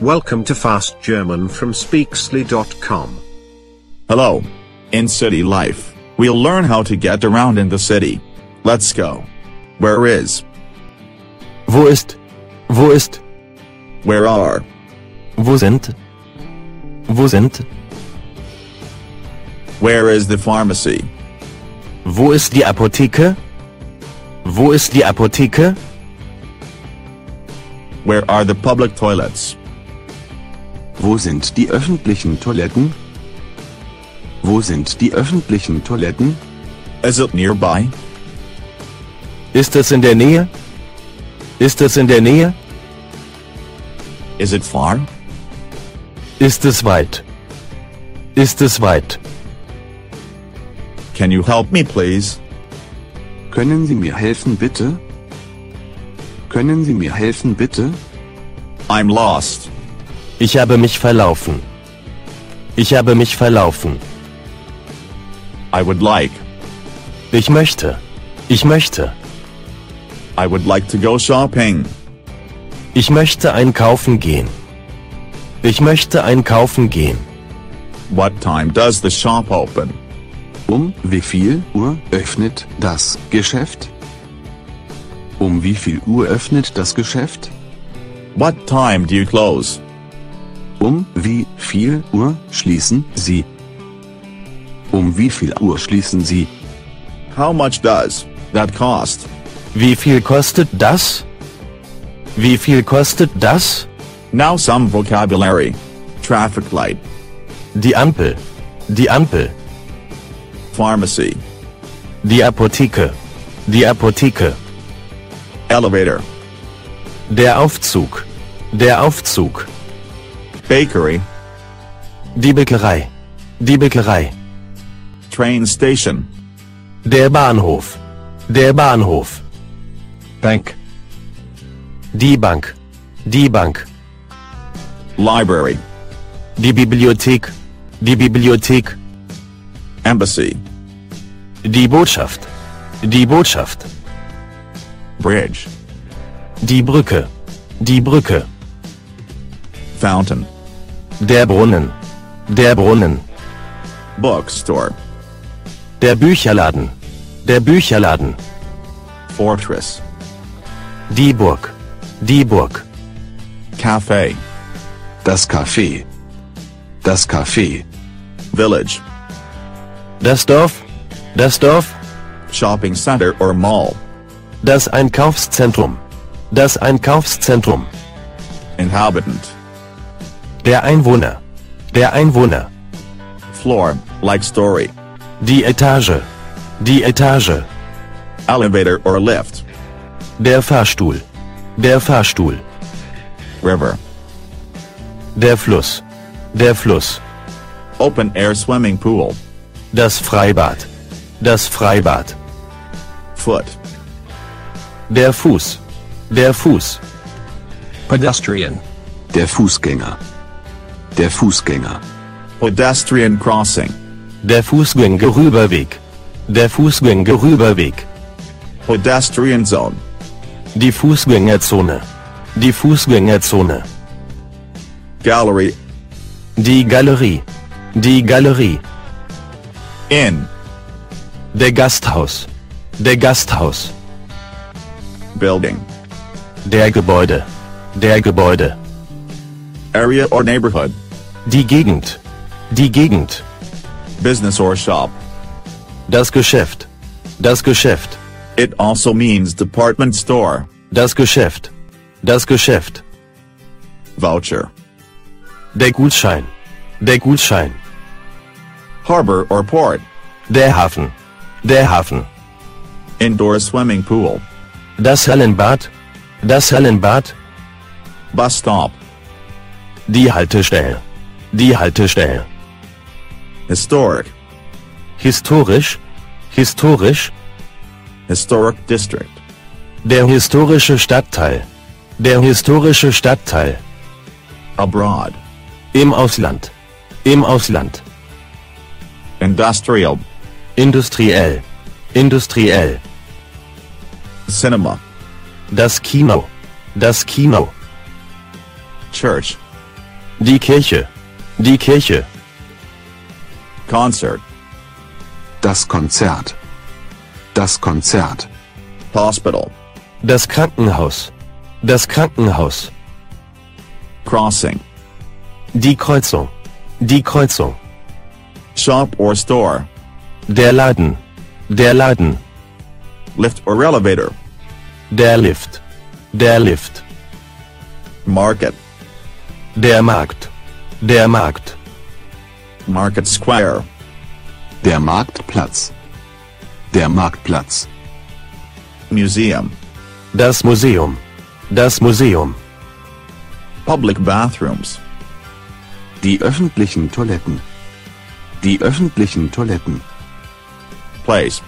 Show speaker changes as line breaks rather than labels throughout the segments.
Welcome to Fast German from Speaksly.com.
Hello. In city life, we'll learn how to get around in the city. Let's go. Where is?
Wo ist? Wo ist?
Where are?
Wo sind? Wo sind?
Where is the pharmacy?
Wo ist die Apotheke? Wo ist die Apotheke?
Where are the public toilets?
Wo sind die öffentlichen Toiletten? Wo sind die öffentlichen Toiletten?
Is it nearby?
Ist es in der Nähe? Ist es in der Nähe?
Is it far?
Ist es weit? Ist es weit?
Can you help me please?
Können Sie mir helfen bitte? Können Sie mir helfen bitte?
I'm lost.
Ich habe mich verlaufen. Ich habe mich verlaufen.
I would like.
Ich möchte. Ich möchte.
I would like to go shopping.
Ich möchte einkaufen gehen. Ich möchte einkaufen gehen.
What time does the shop open?
Um wie viel Uhr öffnet das Geschäft? Um wie viel Uhr öffnet das Geschäft?
What time do you close?
Um wie viel Uhr schließen Sie? Um wie viel Uhr schließen Sie?
How much does that cost?
Wie viel kostet das? Wie viel kostet das?
Now some vocabulary. Traffic light,
Die Ampel. Die Ampel.
pharmacy,
Die Apotheke. Die Apotheke.
elevator,
Der Aufzug. Der Aufzug.
bakery,
Die Bäckerei. Die Bäckerei.
train station,
Der Bahnhof. Der Bahnhof. Bank. Die Bank. Die Bank.
library,
Die Bibliothek. Die Bibliothek.
embassy,
Die Botschaft. Die Botschaft.
bridge,
Die Brücke. Die Brücke.
fountain,
Der Brunnen. Der Brunnen.
bookstore,
Der Bücherladen. Der Bücherladen.
fortress,
Die Burg. Die Burg.
cafe,
Das Café. Das Café.
village,
Das Dorf. Das Dorf.
shopping center or mall,
Das Einkaufszentrum. Das Einkaufszentrum.
inhabitant,
Der Einwohner. Der Einwohner.
floor, like story,
Die Etage. Die Etage.
elevator or lift,
Der Fahrstuhl. Der Fahrstuhl.
river,
Der Fluss. Der Fluss.
open air swimming pool,
Das Freibad. Das Freibad.
foot,
Der Fuß. Der Fuß.
pedestrian,
Der Fußgänger. Der Fußgänger.
pedestrian crossing,
Der Fußgängerüberweg. Der Fußgängerüberweg.
pedestrian zone,
Die Fußgängerzone. Die Fußgängerzone.
gallery,
Die Galerie. Die Galerie.
inn,
Der Gasthaus. Der Gasthaus.
building,
Der Gebäude. Der Gebäude.
area or neighborhood,
Die Gegend. Die Gegend.
business or shop.
Das Geschäft. Das Geschäft.
It also means department store,
Das Geschäft. Das Geschäft.
voucher,
Der Gutschein. Der Gutschein.
harbor or port,
Der Hafen. Der Hafen.
indoor swimming pool,
Das Hallenbad. Das Hallenbad.
bus stop,
Die Haltestelle. Die Haltestelle.
historic,
Historisch. Historisch.
historic district,
Der historische Stadtteil. Der historische Stadtteil.
abroad,
Im Ausland. Im Ausland.
industrial,
Industriell. Industriell.
cinema,
Das Kino. Das Kino.
church,
Die Kirche. Die Kirche.
Concert.
Das Konzert. Das Konzert.
Hospital.
Das Krankenhaus. Das Krankenhaus.
Crossing.
Die Kreuzung. Die Kreuzung.
Shop or store.
Der Laden. Der Laden.
Lift or elevator.
Der Lift. Der Lift.
Market.
Der Markt. Der Markt.
Market square.
Der Marktplatz. Der Marktplatz.
Museum.
Das Museum. Das Museum.
Public bathrooms.
Die öffentlichen Toiletten. Die öffentlichen Toiletten.
Place.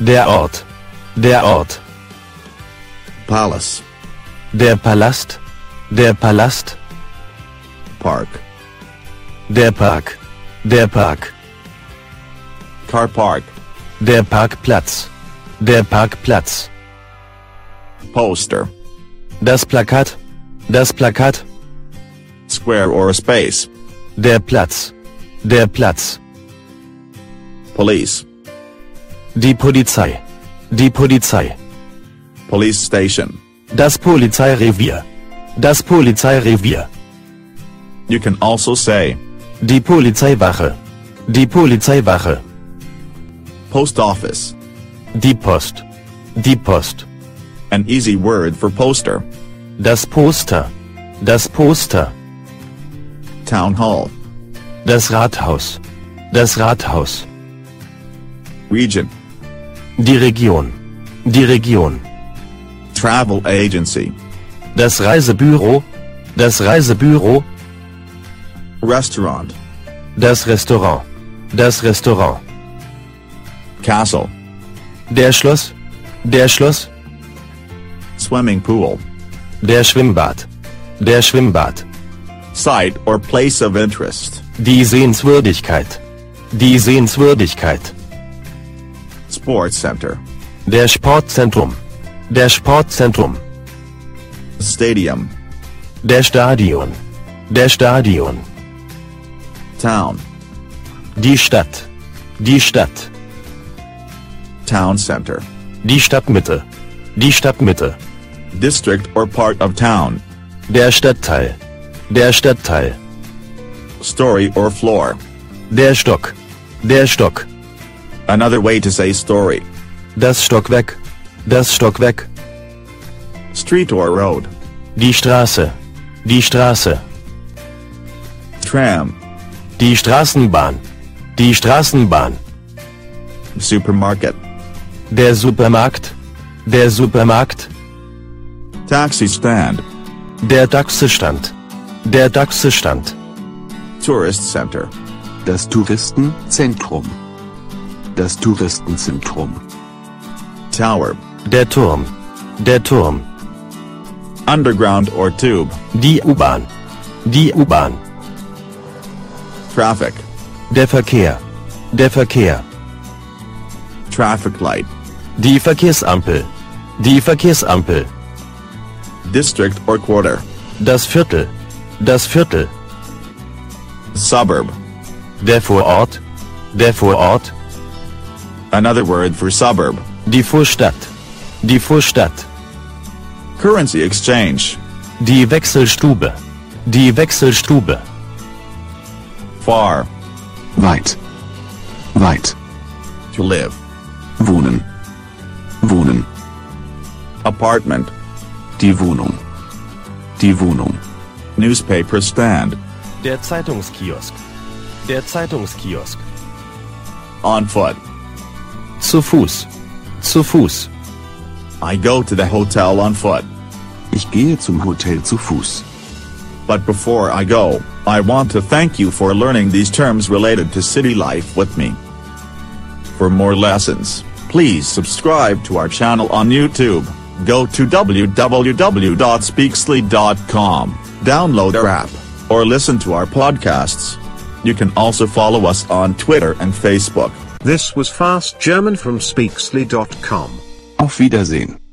Der Ort. Der Ort.
Palace.
Der Palast. Der Palast.
Park.
Der Park. Der Park.
Car park.
Der Parkplatz. Der Parkplatz.
Poster.
Das Plakat. Das Plakat.
Square or space.
Der Platz. Der Platz.
Police.
Die Polizei. Die Polizei.
Police station.
Das Polizeirevier. Das Polizeirevier.
You can also say
Die Polizeiwache. Die Polizeiwache.
post office.
Die Post. Die Post.
An easy word for poster.
Das Poster. Das Poster.
Town hall.
Das Rathaus. Das Rathaus.
Region.
Die Region. Die Region.
Travel agency.
Das Reisebüro. Das Reisebüro.
Restaurant.
Das Restaurant. Das Restaurant.
Castle.
Der Schloss. Der Schloss.
Swimming pool.
Der Schwimmbad. Der Schwimmbad.
Site or place of interest.
Die Sehenswürdigkeit. Die Sehenswürdigkeit.
Sports center.
Der Sportzentrum. Der Sportzentrum.
Stadium.
Der Stadion. Der Stadion.
Town.
Die Stadt. Die Stadt.
Town center.
Die Stadtmitte. Die Stadtmitte.
District or part of town.
Der Stadtteil. Der Stadtteil.
Story or floor.
Der Stock. Der Stock.
Another way to say story.
Das Stockwerk. Das Stockwerk.
Street or road.
Die Straße. Die Straße.
Tram.
Die Straßenbahn. Die Straßenbahn.
Supermarket.
Der Supermarkt. Der Supermarkt.
Taxi stand.
Der Dachsestand. Der Dachsestand.
Tourist center.
Das Touristenzentrum. Das Touristenzentrum.
Tower.
Der Turm. Der Turm.
Underground or tube.
Die U-Bahn. Die U-Bahn.
Traffic.
Der Verkehr. Der Verkehr.
Traffic light.
Die Verkehrsampel. Die Verkehrsampel.
District or quarter.
Das Viertel. Das Viertel.
Suburb.
Der Vorort. Der Vorort.
Another word for suburb.
Die Vorstadt. Die Vorstadt.
Currency exchange.
Die Wechselstube. Die Wechselstube.
Far.
Weit. Weit.
To live.
Wohnen. Wohnen.
Apartment.
Die Wohnung. Die Wohnung.
Newspaper stand.
Der Zeitungskiosk. Der Zeitungskiosk.
On foot.
Zu Fuß. Zu Fuß.
I go to the hotel on foot.
Ich gehe zum Hotel zu Fuß.
But before I go, I want to thank you for learning these terms related to city life with me. For more lessons, please subscribe to our channel on YouTube. Go to www.speaksly.com, download our app, or listen to our podcasts. You can also follow us on Twitter and Facebook.
This was Fast German from Speaksly.com.
Auf Wiedersehen.